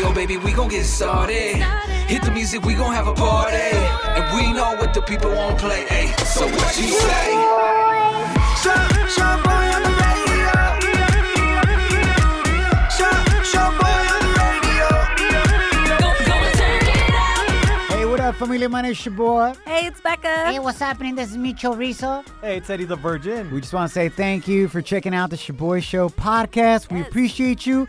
So baby, we gon' get started. Hit the music, we gon' have a party. And we know what the people won't play. Ay, so what you say? Hey, what up, Familia Man? It's your boy. Hey, it's Becca. Hey, what's happening? This is Micho Rizzo. Hey, it's Eddie the Virgin. We just want to say thank you for checking out the Shaboy Show podcast. We appreciate you.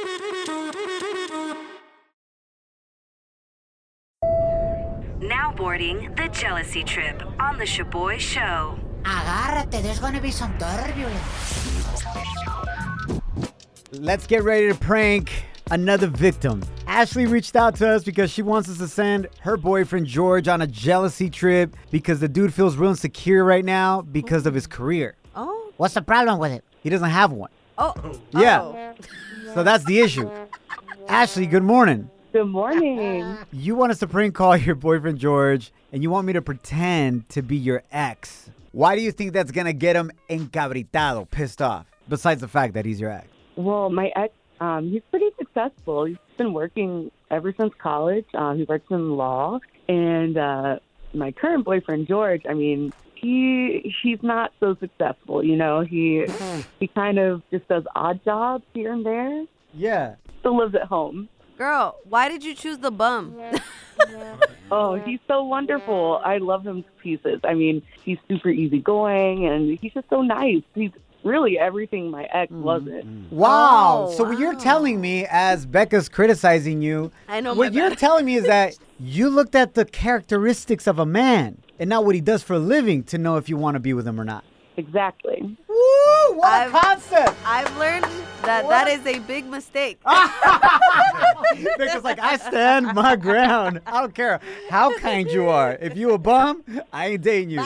Now boarding the jealousy trip on the Shaboy Show. Agárrate, there's gonna be some turbulence. Let's get ready to prank another victim. Ashley reached out to us because she wants us to send her boyfriend George on a jealousy trip because the dude feels real insecure right now because of his career. Oh. What's the problem with it? He doesn't have one. Oh. Yeah. Oh. So that's the issue. Ashley, good morning. Good morning. You want us to prank call your boyfriend George and you want me to pretend to be your ex. Why do you think that's gonna get him encabritado, pissed off, besides the fact that he's your ex? Well, my ex, um, he's pretty successful. He's been working ever since college. Um, he works in law, and uh, my current boyfriend George. I mean, he he's not so successful. You know, he he kind of just does odd jobs here and there. Yeah. Still lives at home. Girl, why did you choose the bum? Oh, he's so wonderful. I love him to pieces. I mean, he's super easygoing, and he's just so nice. He's really everything my ex wasn't. Wow. Oh, so what you're telling me, as Becca's criticizing you, I know what my you're bad. telling me is that you looked at the characteristics of a man and not what he does for a living to know if you want to be with him or not. Exactly. Woo! What I've- a concept! I've learned that that is a big mistake. Becca's like, I stand my ground. I don't care how kind you are. If you a bum, I ain't dating you.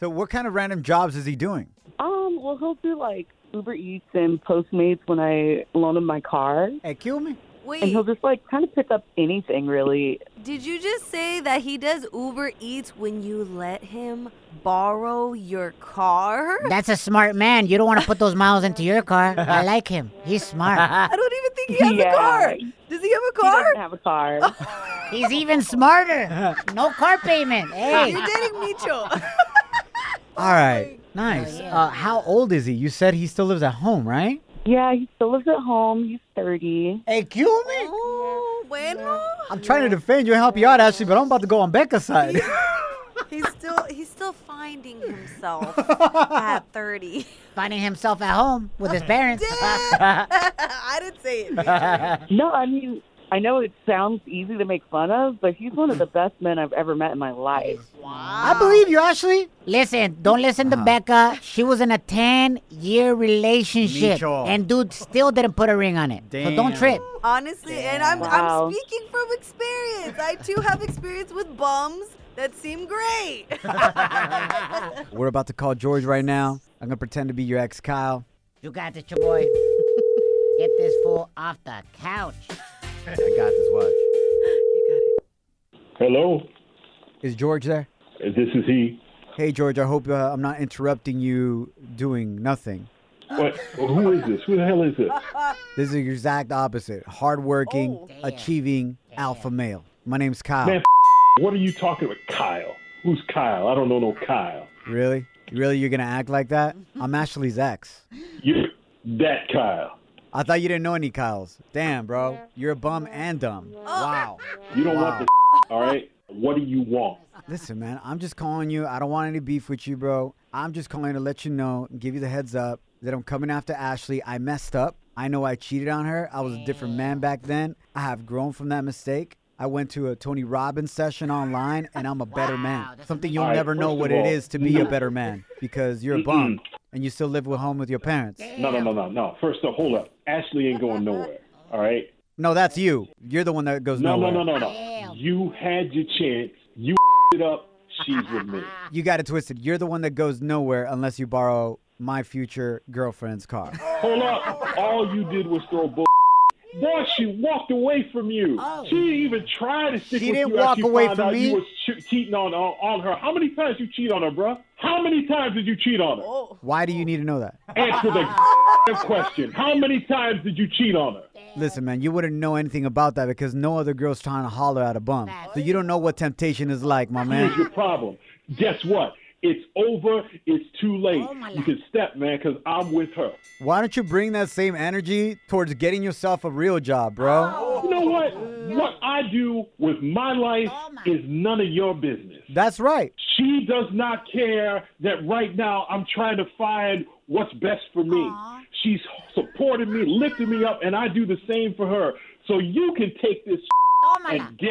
so what kind of random jobs is he doing? Um, well, he'll do like Uber Eats and Postmates when I loan him my car, Hey, kill me. and Wait, he'll just like kind of pick up anything really. did you just say that he does Uber Eats when you let him borrow your car? That's a smart man. You don't want to put those miles into your car. I like him. He's smart. I don't even think he has Yeah. a car. Does he have a He car? doesn't have a car. He's even smarter. No car payment. Hey. You're dating Micho. All right. Nice. Oh, yeah. Uh, how old is he? You said he still lives at home, right? yeah, he still lives at home. He's thirty. Hey, kill me. oh, bueno. I'm trying to defend you and help you out, Ashley, but I'm about to go on Becca's side. He's still he's still finding himself at 30. Finding himself at home with his parents. Uh, I didn't say it. No, I mean, I know it sounds easy to make fun of, but he's one of the best men I've ever met in my life. I believe you, Ashley. Listen, don't listen Uh-huh. to Becca. She was in a 10 year relationship. Micho. And dude still didn't put a ring on it. So Damn. don't trip. Honestly, and I'm Wow. I'm speaking from experience. I too have experience with bums that seem great. We're about to call George right now. I'm gonna pretend to be your ex, Kyle. You got it, your boy. Get this fool off the couch. I got this watch. Hello, Is George there? Uh, this is he. Hey, George. I hope uh, I'm not interrupting you doing nothing. What? Who is this? Who the hell is this? This is the exact opposite. Hardworking, Oh. achieving alpha male. My name's Kyle. Man, What are you talking about, Kyle? Who's Kyle? I don't know no Kyle. Really? Really, you're gonna act like that? I'm Ashley's ex. You, that Kyle. I thought you didn't know any Kyles. Damn, bro. You're a bum and dumb. Wow. You don't want the. All right. What do you want? Listen, man, I'm just calling you. I don't want any beef with you, bro. I'm just calling to let you know, give you the heads up that I'm coming after Ashley. I messed up. I know I cheated on her. I was a different man back then. I have grown from that mistake. I went to a Tony Robbins session online and I'm a better man. that's Something amazing. you'll All right, never know first what of it all, is to be a no. better man because you're a bum and you still live at home with your parents. No, no, no, no, no. First off, hold up. Ashley ain't going nowhere. All right. No, that's you. You're the one that goes No, no, nowhere. no, no, no. You had your chance. You it up. She's with me. You got it twisted. You're the one that goes nowhere unless you borrow my future girlfriend's car. Hold up. All you did was throw bull. Boy, she walked away from you. She didn't even try to stick Oh. She with didn't you after walk she away found from out me. You was che- cheating on, on on her. How many times you cheat on her, bruh? How many times did you cheat on her? Why do you need to know that? Answer the question. How many times did you cheat on her? Listen, man, you wouldn't know anything about that because no other girl's trying to holler at a bum. So you don't know what temptation is like, my Here's man. your problem. Guess what? It's over. It's too late. Oh, my you can step, man, because I'm with her. Why don't you bring that same energy towards getting yourself a real job, bro? You know what? What I do with my life Oh, is none of your business. That's right. She does not care that right now I'm trying to find what's best for me. She's supported me, lifted me up, and I do the same for her. So you can take this and get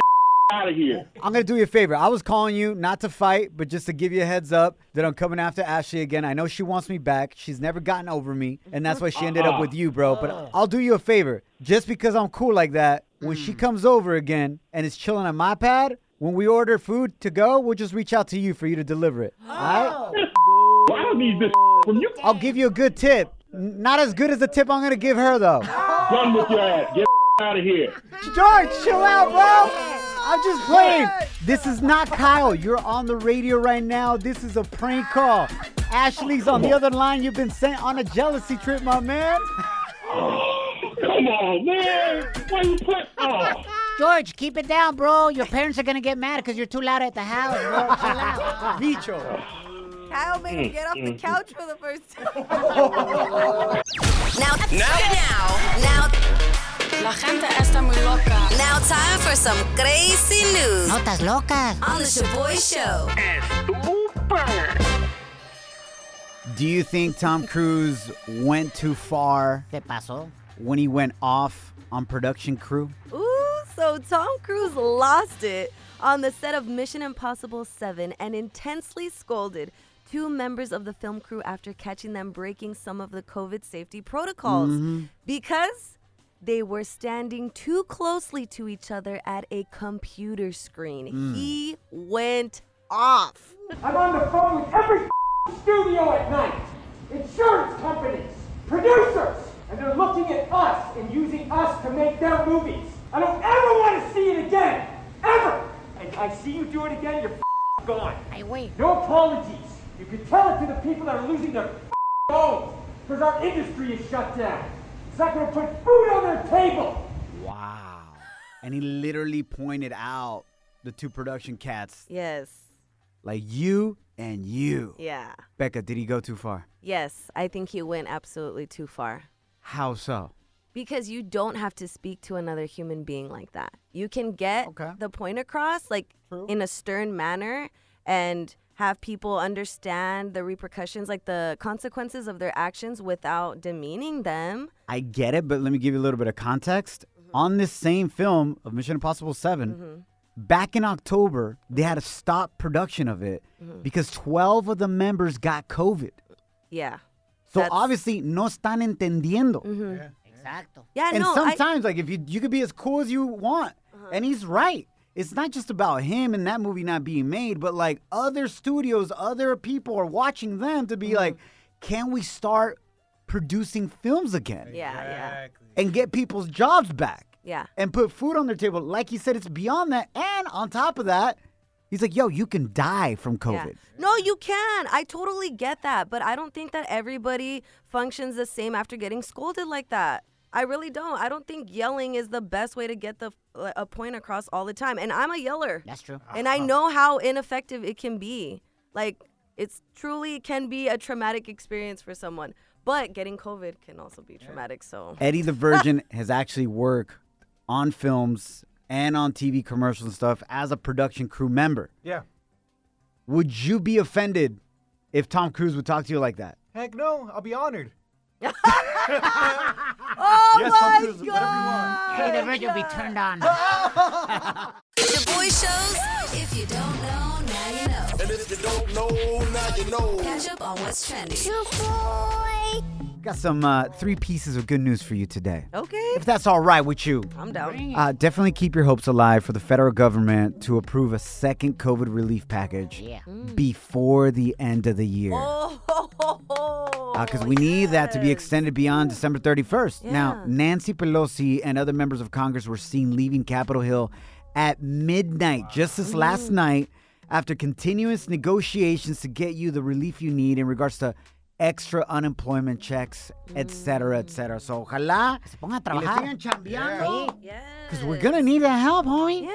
out of here. I'm gonna do you a favor. I was calling you not to fight, but just to give you a heads up that I'm coming after Ashley again. I know she wants me back. She's never gotten over me, and that's why she ended up Uh-uh. with you, bro. But I'll do you a favor. Just because I'm cool like that, when she comes over again and is chilling on my pad, when we order food to go, we'll just reach out to you for you to deliver it. All right? I don't need this from you. I'll give you a good tip. N- Not as good as the tip I'm gonna give her though. Done with your ass. Get out of here. George, chill out, bro. I'm just playing. This is not Kyle. You're on the radio right now. This is a prank call. Ashley's on the other line. You've been sent on a jealousy trip, my man. Come on, man. Why you put? Oh, George, keep it down, bro. Your parents are gonna get mad because you're too loud at the house, bro. Chill out. Micho. Kyle made him get off the couch for the first time. Now, now, now, La gente está muy loca. now, time for some crazy news Notas locas. on the Shaboy Show. Do you think Tom Cruise went too far ¿Qué pasó? when he went off on production crew? Ooh, so Tom Cruise lost it on the set of Mission Impossible 7 and intensely scolded two members of the film crew after catching them breaking some of the COVID safety protocols because they were standing too closely to each other at a computer screen. He went off. I'm on the phone with every studio at night, insurance companies, producers, and they're looking at us and using us to make their movies. I don't ever want to see it again, ever. And I see you do it again, you're gone. Ay, güey. No apologies. You can tell it to the people that are losing their phones because our industry is shut down. It's not going to put food on their table. Wow. And he literally pointed out the two production cats, Yes. like you and you. Yeah. Becca, did he go too far? Yes, I think he went absolutely too far. How so? because you don't have to speak to another human being like that. You can get Okay. the point across like in a stern manner and have people understand the repercussions like the consequences of their actions without demeaning them. I get it, but let me give you a little bit of context. On this same film of Mission Impossible 7, back in October, they had to stop production of it because 12 of the members got COVID. Yeah. So That's- obviously, no están entendiendo. Exacto. Yeah, And no. I- Uh-huh. sometimes, like, if you, you could be as cool as you want, and he's right. It's not just about him and that movie not being made, but like other studios, other people are watching them to be Mm-hmm. like, can we start producing films again yeah, yeah. and get people's jobs back? Yeah. and put food on their table. Like he said, it's beyond that. And on top of that, he's like, yo, you can die from Yeah. COVID. No, you can. I totally get that, but I don't think that everybody functions the same after getting scolded like that. I really don't. I don't think yelling is the best way to get the uh, a point across all the time. And I'm a yeller. That's true. and I know how ineffective it can be. Like it's truly can be a traumatic experience for someone. But getting COVID can also be traumatic. So Eddie the Virgin has actually worked on films and on TV commercials and stuff as a production crew member. Yeah. Would you be offended if Tom Cruise would talk to you like that? Heck no, I'll be honored. Oh yes, Tom Cruise, whatever you want. Hey, the radio be turned on. Shaboy Shows. If you don't know, now you know. And if you don't know, now you know. Catch up on what's trending. Got some uh, three pieces of good news for you today. Okay. If that's all right with you. I'm down. Uh, definitely keep your hopes alive for the federal government to approve a second COVID relief package Yeah. before the end of the year. Oh, ho, ho, ho. because Ah, Uh, we need that to be extended beyond December 31st. Now, Nancy Pelosi and other members of Congress were seen leaving Capitol Hill at midnight just this last night after continuous negotiations to get you the relief you need in regards to extra unemployment checks, et cetera, et cetera. So, ojalá. Mm. Se pongan a trabajar. trabajar. Because we're going to need that help, homie. Yeah.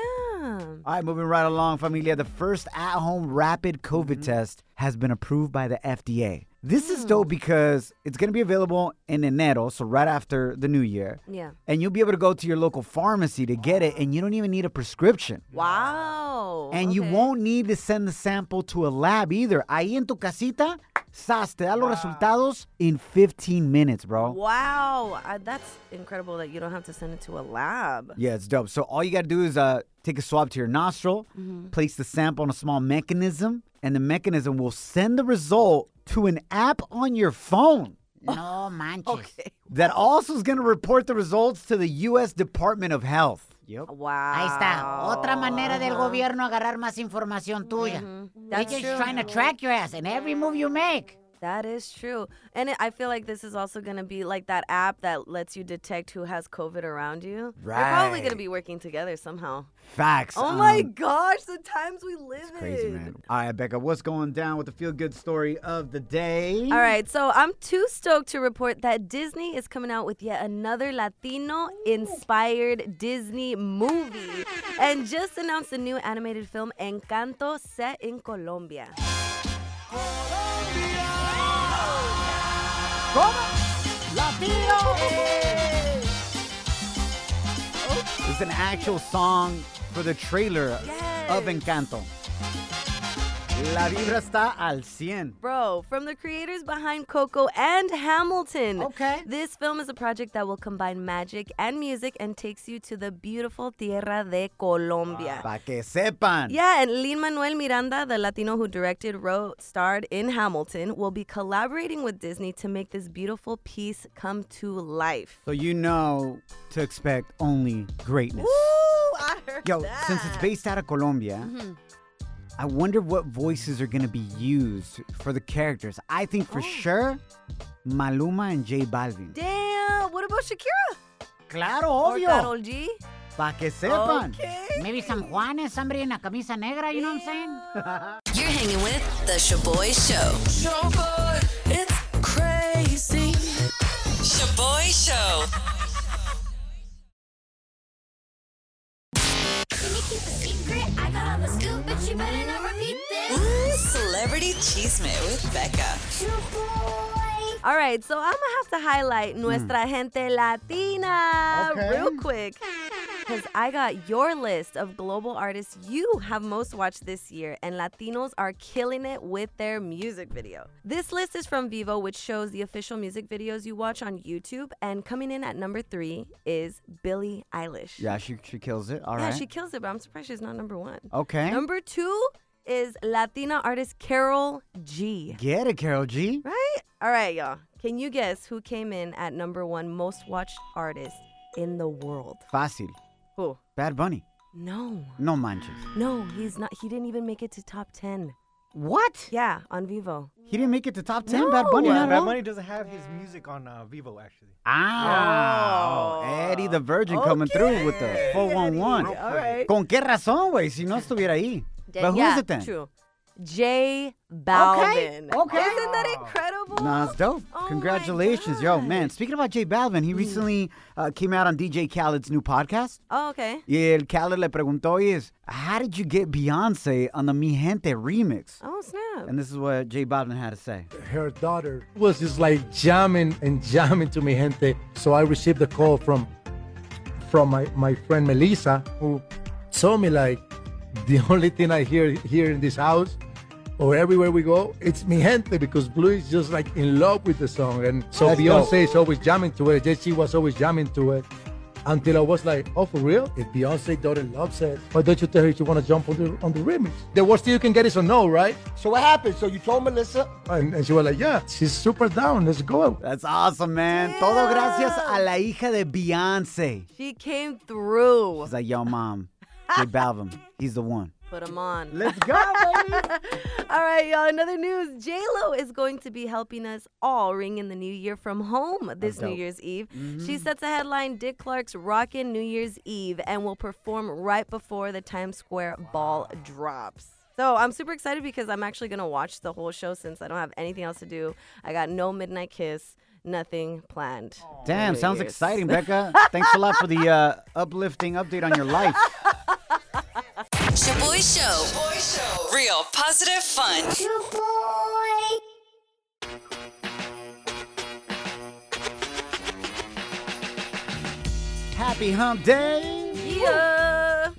All right, moving right along, familia. The first at home rapid COVID test has been approved by the FDA. This is dope because it's going to be available in enero, so right after the new year. Yeah. And you'll be able to go to your local pharmacy to get it, and you don't even need a prescription. Wow. And you won't need to send the sample to a lab either. Ahí en tu casita, sas, te da los resultados in 15 minutes, bro. Wow. Uh, that's incredible that you don't have to send it to a lab. Yeah, it's dope. So all you gotta do is uh, take a swab to your nostril, Mm-hmm. place the sample on a small mechanism, and the mechanism will send the result to an app on your phone No manches. that also is gonna report the results to the U.S. Department of Health. Yep. Wow. Ahí está. Oh. Otra manera del gobierno agarrar más información tuya. They're Mm-hmm. That's just true. trying to track your ass in every move you make. That is true. And it, I feel like this is also going to be like that app that lets you detect who has COVID around you. They're probably going to Right. be working together somehow. Facts. Oh my um, gosh, the times we live Crazy in. man. All right, Becca, what's going down with the feel good story of the day? All right, so I'm too stoked to report that Disney is coming out with yet another Latino inspired Disney movie and just announced the new animated film Encanto set in Colombia. It's an actual song for the trailer of Encanto. La vibra está al 100. Bro, from the creators behind Coco and Hamilton. Okay. This film is a project that will combine magic and music and takes you to the beautiful Tierra de Colombia. Pa que sepan. Yeah, and Lin Manuel Miranda, the Latino who directed, wrote, starred in Hamilton, will be collaborating with Disney to make this beautiful piece come to life. So you know to expect only greatness. Ooh, I heard Yo, that. since it's based out of Colombia, Mhm. I wonder what voices are going to be used for the characters. I think Oh. for sure Maluma and J Balvin. Damn, what about Shakira? Claro, Or obvio. Karol G? Pa que sepan. Okay. Maybe San Juan is somebody in a camisa negra, you know what I'm saying? You're hanging with The Shaboy Show. Shaboy, it's crazy. Shaboy Show. Ooh, Celebrity Cheesemate with Becca. All right, so I'm gonna have to highlight Nuestra Gente Latina Hmm. Okay. real quick. Because I got your list of global artists you have most watched this year, and Latinos are killing it with their music video. This list is from Vivo, which shows the official music videos you watch on YouTube. And coming in at number three is Billie Eilish. Yeah, she, she kills it. All right. yeah, she kills it, but I'm surprised she's not number one. Okay. Number two is Latina artist Carol G. Get it, Carol G. Right? All right, y'all. Can you guess who came in at number one most watched artist in the world? Fácil. Who? Bad Bunny. No. No manches. No, he's not. He didn't even make it to top 10. What? Yeah, on Vivo. He didn't make it to top 10, Bad Bunny. not at Bad all? Bunny doesn't have his music on uh, Vivo actually. Ah, Eddie the Virgin coming through with the 411. All right. ¿Con qué razón, güey? Si no estuviera ahí. But who is yeah, it then? True. J Balvin. okay. Isn't that incredible? Nah, it's dope. Oh Congratulations, yo, man. Speaking about J Balvin, Mm. he recently uh, came out on DJ Khaled's new podcast. Oh, okay. Y el Khaled le preguntó, is how did you get Beyonce on the Mi Gente remix? Oh, snap. And this is what J Balvin had to say. her daughter was just like jamming and jamming to mi gente. So I received a call from from my, my friend Melissa who told me like the only thing I hear here in this house or everywhere we go, it's mi gente because Blue is just like in love with the song. And so That's Beyonce dope. is always jamming to it. Jesse was always jamming to it. Until I was like, oh, for real? If Beyonce daughter loves it, why don't you tell her you want to jump on the on the remix? The worst thing you can get is a no, right? So what happened? So you told Melissa? And, and she was like, yeah, she's super down. Let's go. That's awesome, man. Todo gracias a la hija de Beyonce. She came through. He's like, yo, mom, J Balvin, he's the one. Put them on. Let's go, baby. all right, y'all. Another news. Lo is going to be helping us all ring in the new year from home this dope. New Year's Eve. Mhm. She sets a headline Dick Clark's Rockin' New Year's Eve and will perform right before the Times Square ball drops. So I'm super excited because I'm actually going to watch the whole show since I don't have anything else to do. I got no Midnight Kiss, nothing planned. Damn, New sounds Year's. exciting, Becca. Thanks a lot for the uh, uplifting update on your life. Shaboy Show. Show. Real positive fun. Happy hump day. Yeah.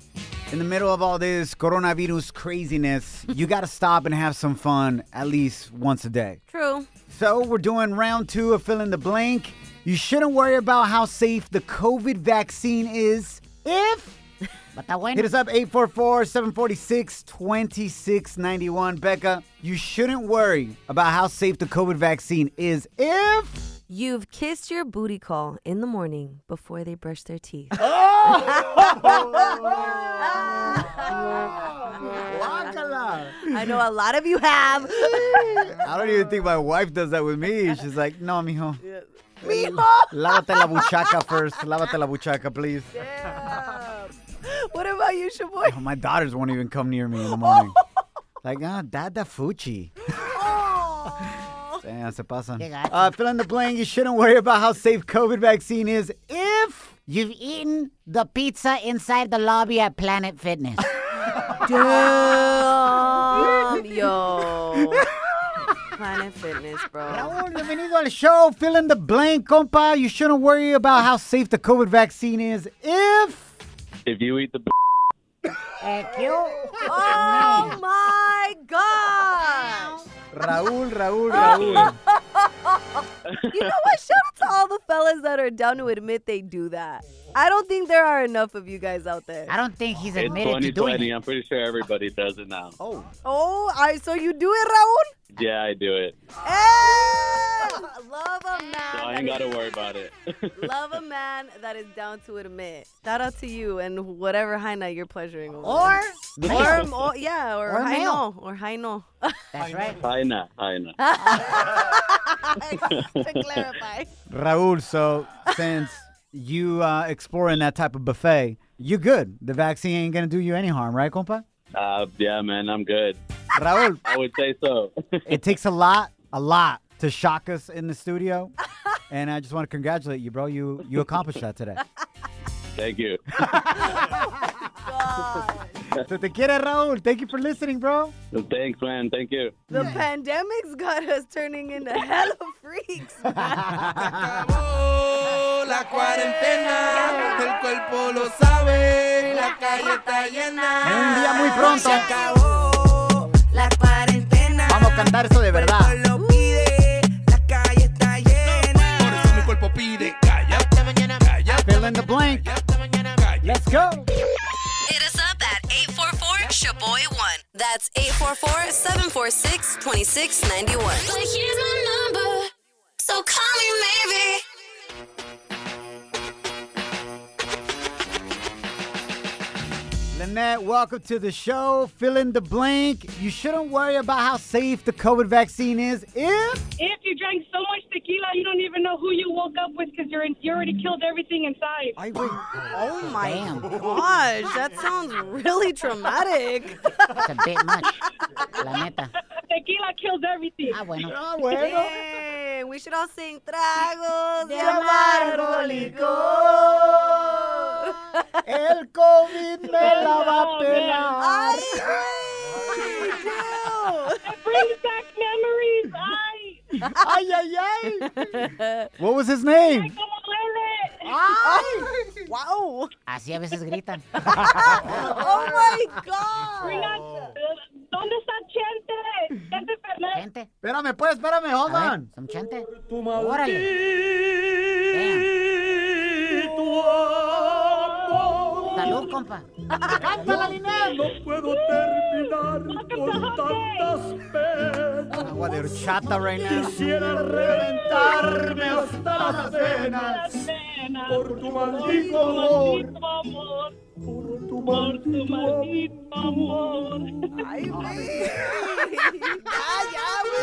In the middle of all this coronavirus craziness, you got to stop and have some fun at least once a day. True. So, we're doing round two of fill in the blank. You shouldn't worry about how safe the COVID vaccine is if. Hit us up 844 746 2691. Becca, you shouldn't worry about how safe the COVID vaccine is if. You've kissed your booty call in the morning before they brush their teeth. I know a lot of you have. I don't even think my wife does that with me. She's like, no, mijo. Mijo! Lávate la buchaca first. Lávate la buchaca, please. what about you, Shaboy? Oh, my daughters won't even come near me in the morning. like, ah, dada fuchi. Damn, se pasan. Uh, fill in the blank. You shouldn't worry about how safe COVID vaccine is if You've eaten the pizza inside the lobby at Planet Fitness. Damn, yo. Planet Fitness, bro. Bienvenido al show. Fill in the blank, compa. You shouldn't worry about how safe the COVID vaccine is if. If you eat the b- Eh, Oh my gosh. Raul, Raul, Raul. You know what? Shout out to all the fellas that are down to admit they do that. I don't think there are enough of you guys out there. I don't think he's it's 2020. I'm pretty sure everybody does it now. Oh. Oh, I so you do it, Raul? Yeah, I do it. Hey! Love a So man. I ain't got to worry about it. Love a man that is down to admit. Shout out to you and whatever Haina you're pleasuring. Over Or- there. or, or yeah, or, Or Haino, male. or Haino. That's right. I know. I know. to clarify. Raul, so since you uh, exploring that type of buffet, you good. The vaccine ain't gonna do you any harm, right, compa? Uh, yeah, man, I'm good. Raul. I would say so. It takes a lot, a lot to shock us in the studio, and I just want to congratulate you, bro. You you accomplished that today. Thank you. So te quiere, Raul. Thank you for listening, bro. Thanks, man. Thank you. The pandemic's got us turning into hella freaks. La cuarentena, el cuerpo lo sabe, la calle está llena. Un día muy pronto. Ah, Se acabó la cuarentena. Vamos a cantar eso de verdad. Lo pide, la calle está llena. Por eso mi cuerpo pide, calla, calla. Fill in the blank. Let's go. Hit us up at 844 Shaboy1. That's 844 746 2691. Well, here's my number. So call me, maybe. Lynette, welcome to the show. Fill in the blank. You shouldn't worry about how safe the COVID vaccine is if. If you drank so much tequila, you don't even know who you woke up with because you're in, you already killed everything inside. I wait. Oh my gosh, that sounds really traumatic. That's a bit much. La neta. Tequila kills everything. Ah, bueno. Dang, we should all sing tragos de amargo amargo licor. El COVID me la va a pelar. It brings back memories. Ay. Ay, ay, ay. What was his name? Como duele. Ay. Wow. Así a veces gritan. Oh my god. Bring on- ¿Dónde está Chente? Chente Fernández. Gente. Espérame, pues, espérame. Hold A ver, on. Some chente. Órale. Damn. Salud, compa. ¡Cántala, Linet! No puedo terminar con tantas penas. Agua de horchata right now. Quisiera reventarme hasta las venas por tu maldito amor. Por tu maldito amor. Ay,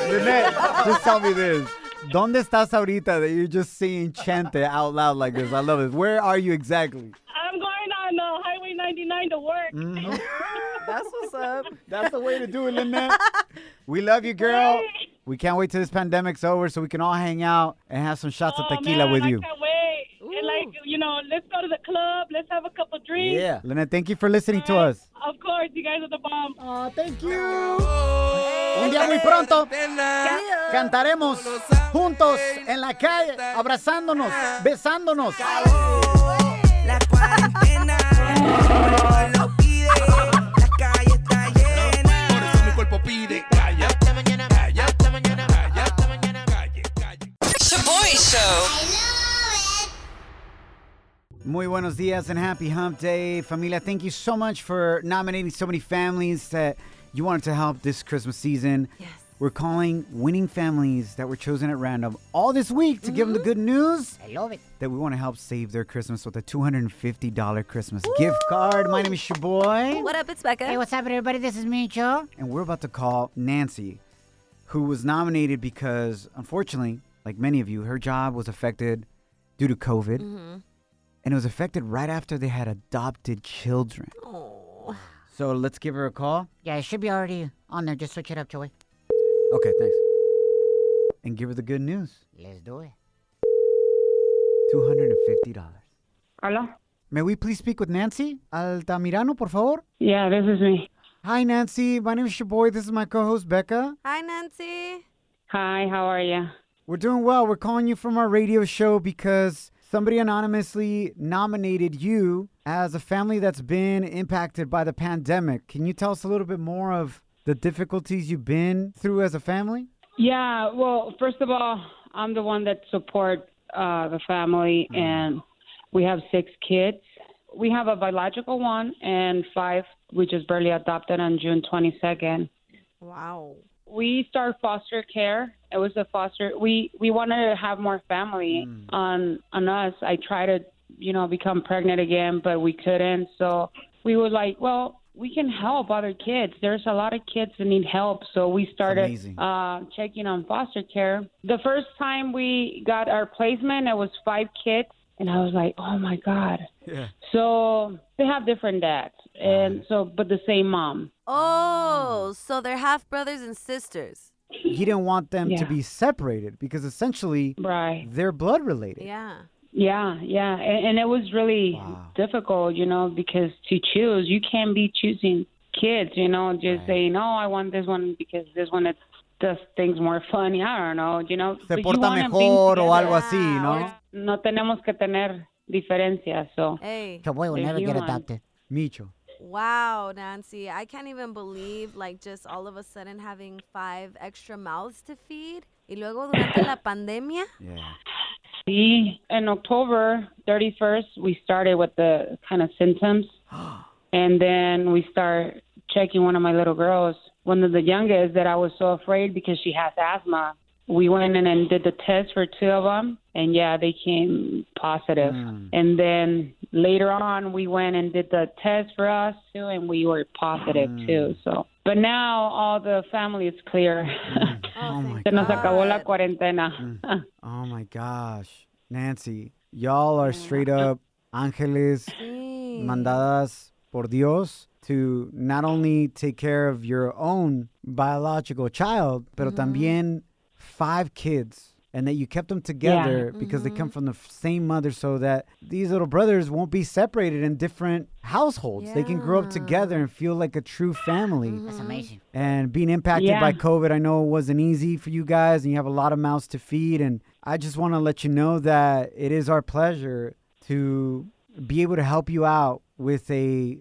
Lynette, just tell me this. ¿Dónde estás ahorita that you're just singing Chante out loud like this? I love it. Where are you exactly? I'm going on uh, Highway 99 to work. Mhm. That's what's up. That's the way to do it, Lynette. We love you, girl. We can't wait till this pandemic's over so we can all hang out and have some shots of tequila Oh, Man, with I you. can't wait. And like, you know, let's go to the club. Let's have a couple drinks. Yeah. Lynette, thank you for listening to us. Of course, you guys are the bomb. Oh, thank you. Oh, Un día muy pronto cantaremos juntos en la calle, abrazándonos, besándonos. Shaboy Show. Muy buenos días and happy hump day, familia. Thank you so much for nominating so many families that you wanted to help this Christmas season. Yes. We're calling winning families that were chosen at random all this week to give them the good news. I love it. That we want to help save their Christmas with a $250 Christmas gift card. My name is Shaboy. What up, it's Becca. Hey, what's up, everybody? This is Micho. and we're about to call Nancy, who was nominated because, unfortunately, like many of you, her job was affected due to COVID, and it was affected right after they had adopted children. So let's give her a call. Yeah, it should be already on there. Just switch it up, Joey. Okay, thanks. And give her the good news. Let's do it. Two hundred and fifty dollars. Hello? May we please speak with Nancy Altamirano, por favor? Yeah, this is me. Hi, Nancy. My name is your boy. This is my co-host Becca. Hi, Nancy. Hi, how are you? We're doing well. We're calling you from our radio show because somebody anonymously nominated you as a family that's been impacted by the pandemic. Can you tell us a little bit more of the difficulties you've been through as a family? Yeah, well, first of all, I'm the one that support uh, the family, and we have six kids. We have a biological one and five we just barely adopted on June 22nd. Wow. We start foster care. It was a foster. We we wanted to have more family on on us. I tried to you know become pregnant again, but we couldn't. So we were like, well, we can help other kids. There's a lot of kids that need help. So we started amazing. uh, checking on foster care. The first time we got our placement, it was five kids, and I was like, oh my god. Yeah. So they have different dads, and so but the same mom. Oh, so they're half brothers and sisters. He didn't want them to Yeah. be separated because essentially they're blood related. Yeah. Yeah, yeah, and, and it was really difficult, you know, because to choose, you can't be choosing kids, you know, just saying, "Oh, I want this one because this one it does things more funny." I don't know, you know. Se but you porta wanna be mejor o algo together. así, ¿no? No tenemos que tener diferencias, so. Hey. Chaboy will They're never get human. adopted. Micho. Wow, Nancy. I can't even believe, like, just all of a sudden having five extra mouths to feed. Y luego durante la pandemia. See, in October 31st, we started with the kind of symptoms. and then we start checking one of my little girls, one of the youngest that I was so afraid because she has asthma. We went in and did the test for two of them, and yeah, they came positive. And then later on, we went and did the test for us too, and we were positive too. So, but now all the family is clear. Oh my Se nos acabó la cuarentena. Oh my gosh. Nancy, y'all are straight up ángeles mandadas por Dios to not only take care of your own biological child, pero también five kids. And that you kept them together because they come from the f- same mother so that these little brothers won't be separated in different households. They can grow up together and feel like a true family. That's amazing. And being impacted by Yeah. COVID, I know it wasn't easy for you guys, and you have a lot of mouths to feed. And I just want to let you know that it is our pleasure to be able to help you out with a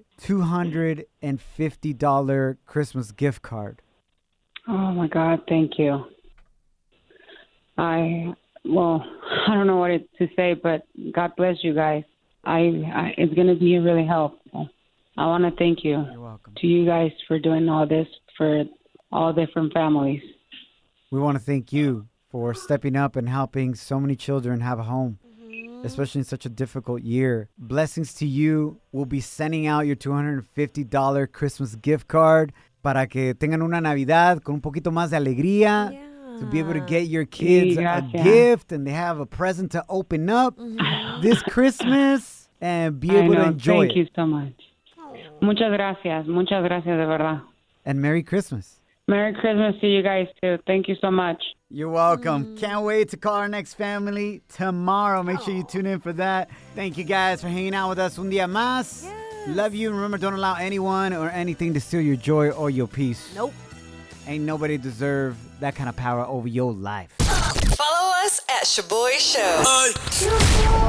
$250 Christmas gift card. Oh my God, thank you. I well, I don't know what it- to say, but God bless you guys. I, I it's going to be really helpful. I want to thank you to you guys for doing all this for all different families. We want to thank you for stepping up and helping so many children have a home, especially in such a difficult year. Blessings to you. We'll be sending out your $250 Christmas gift card para que tengan una Navidad con un poquito más de alegría. To be able to get your kids a gracias. gift and they have a present to open up this Christmas and be I able to know. enjoy it. Thank you so much. Muchas gracias, muchas gracias de verdad. And Merry Christmas. Merry Christmas to you guys too. Thank you so much. You're welcome. Can't wait to call our next family tomorrow. Make sure you tune in for that. Thank you guys for hanging out with us un dia más. Love you. And remember, don't allow anyone or anything to steal your joy or your peace. Nope. Ain't nobody deserve that kind of power over your life. Follow us at Shaboy Show.